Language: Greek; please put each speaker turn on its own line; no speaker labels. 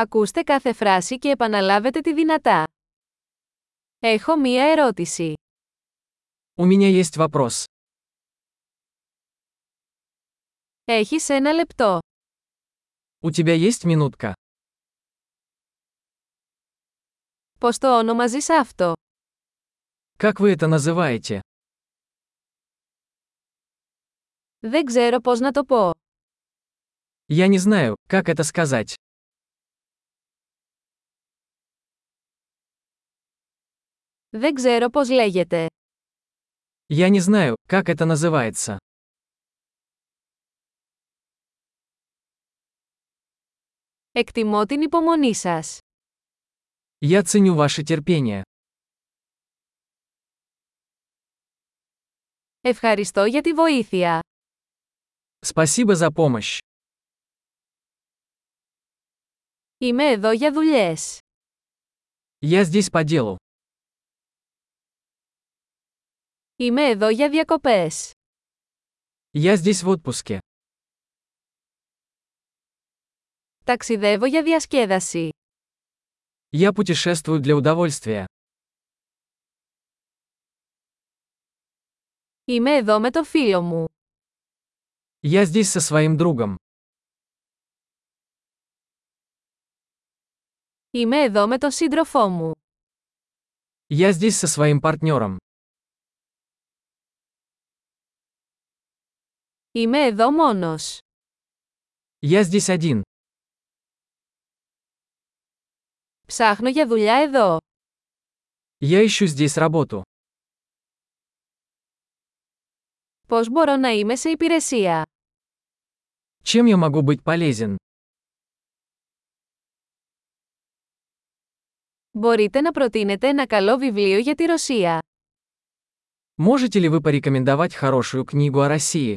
Ακούστε κάθε φράση και επαναλάβετε τη δυνατά. Έχω μία ερώτηση.
У меня есть вопрос.
Έχεις ένα λεπτό.
У тебя есть минутка?
Πώς το ονομαζείς αυτό.
Как вы это называете?
Δεν ξέρω πώς να το πω.
Я не знаю, как это сказать.
Δεν ξέρω πώς λέγεται.
Я не знаю, как это называется.
Εκτιμώ την υπομονή σας.
Я ценю ваше терпение.
Ευχαριστώ για τη βοήθεια.
Спасибо за помощь.
Είμαι εδώ για δουλειές.
Я здесь по делу.
Είμαι εδώ για διακοπές.
Я здесь в отпуске.
Ταξιδεύω για διασκέδαση.
Я путешествую для удовольствия.
Είμαι εδώ με το φίλο μου.
Я здесь со своим другом.
Είμαι εδώ με τον σύντροφό μου.
Я здесь со своим партнером.
Είμαι εδώ μόνος.
Я здесь один.
Ψάχνω για δουλειά εδώ.
Я ищу здесь работу.
Πώς μπορώ να είμαι σε υπηρεσία.
Чем я могу быть полезен?
Μπορείτε να προτείνετε ένα καλό βιβλίο για τη Ρωσία.
Можете ли вы порекомендовать хорошую книгу о России?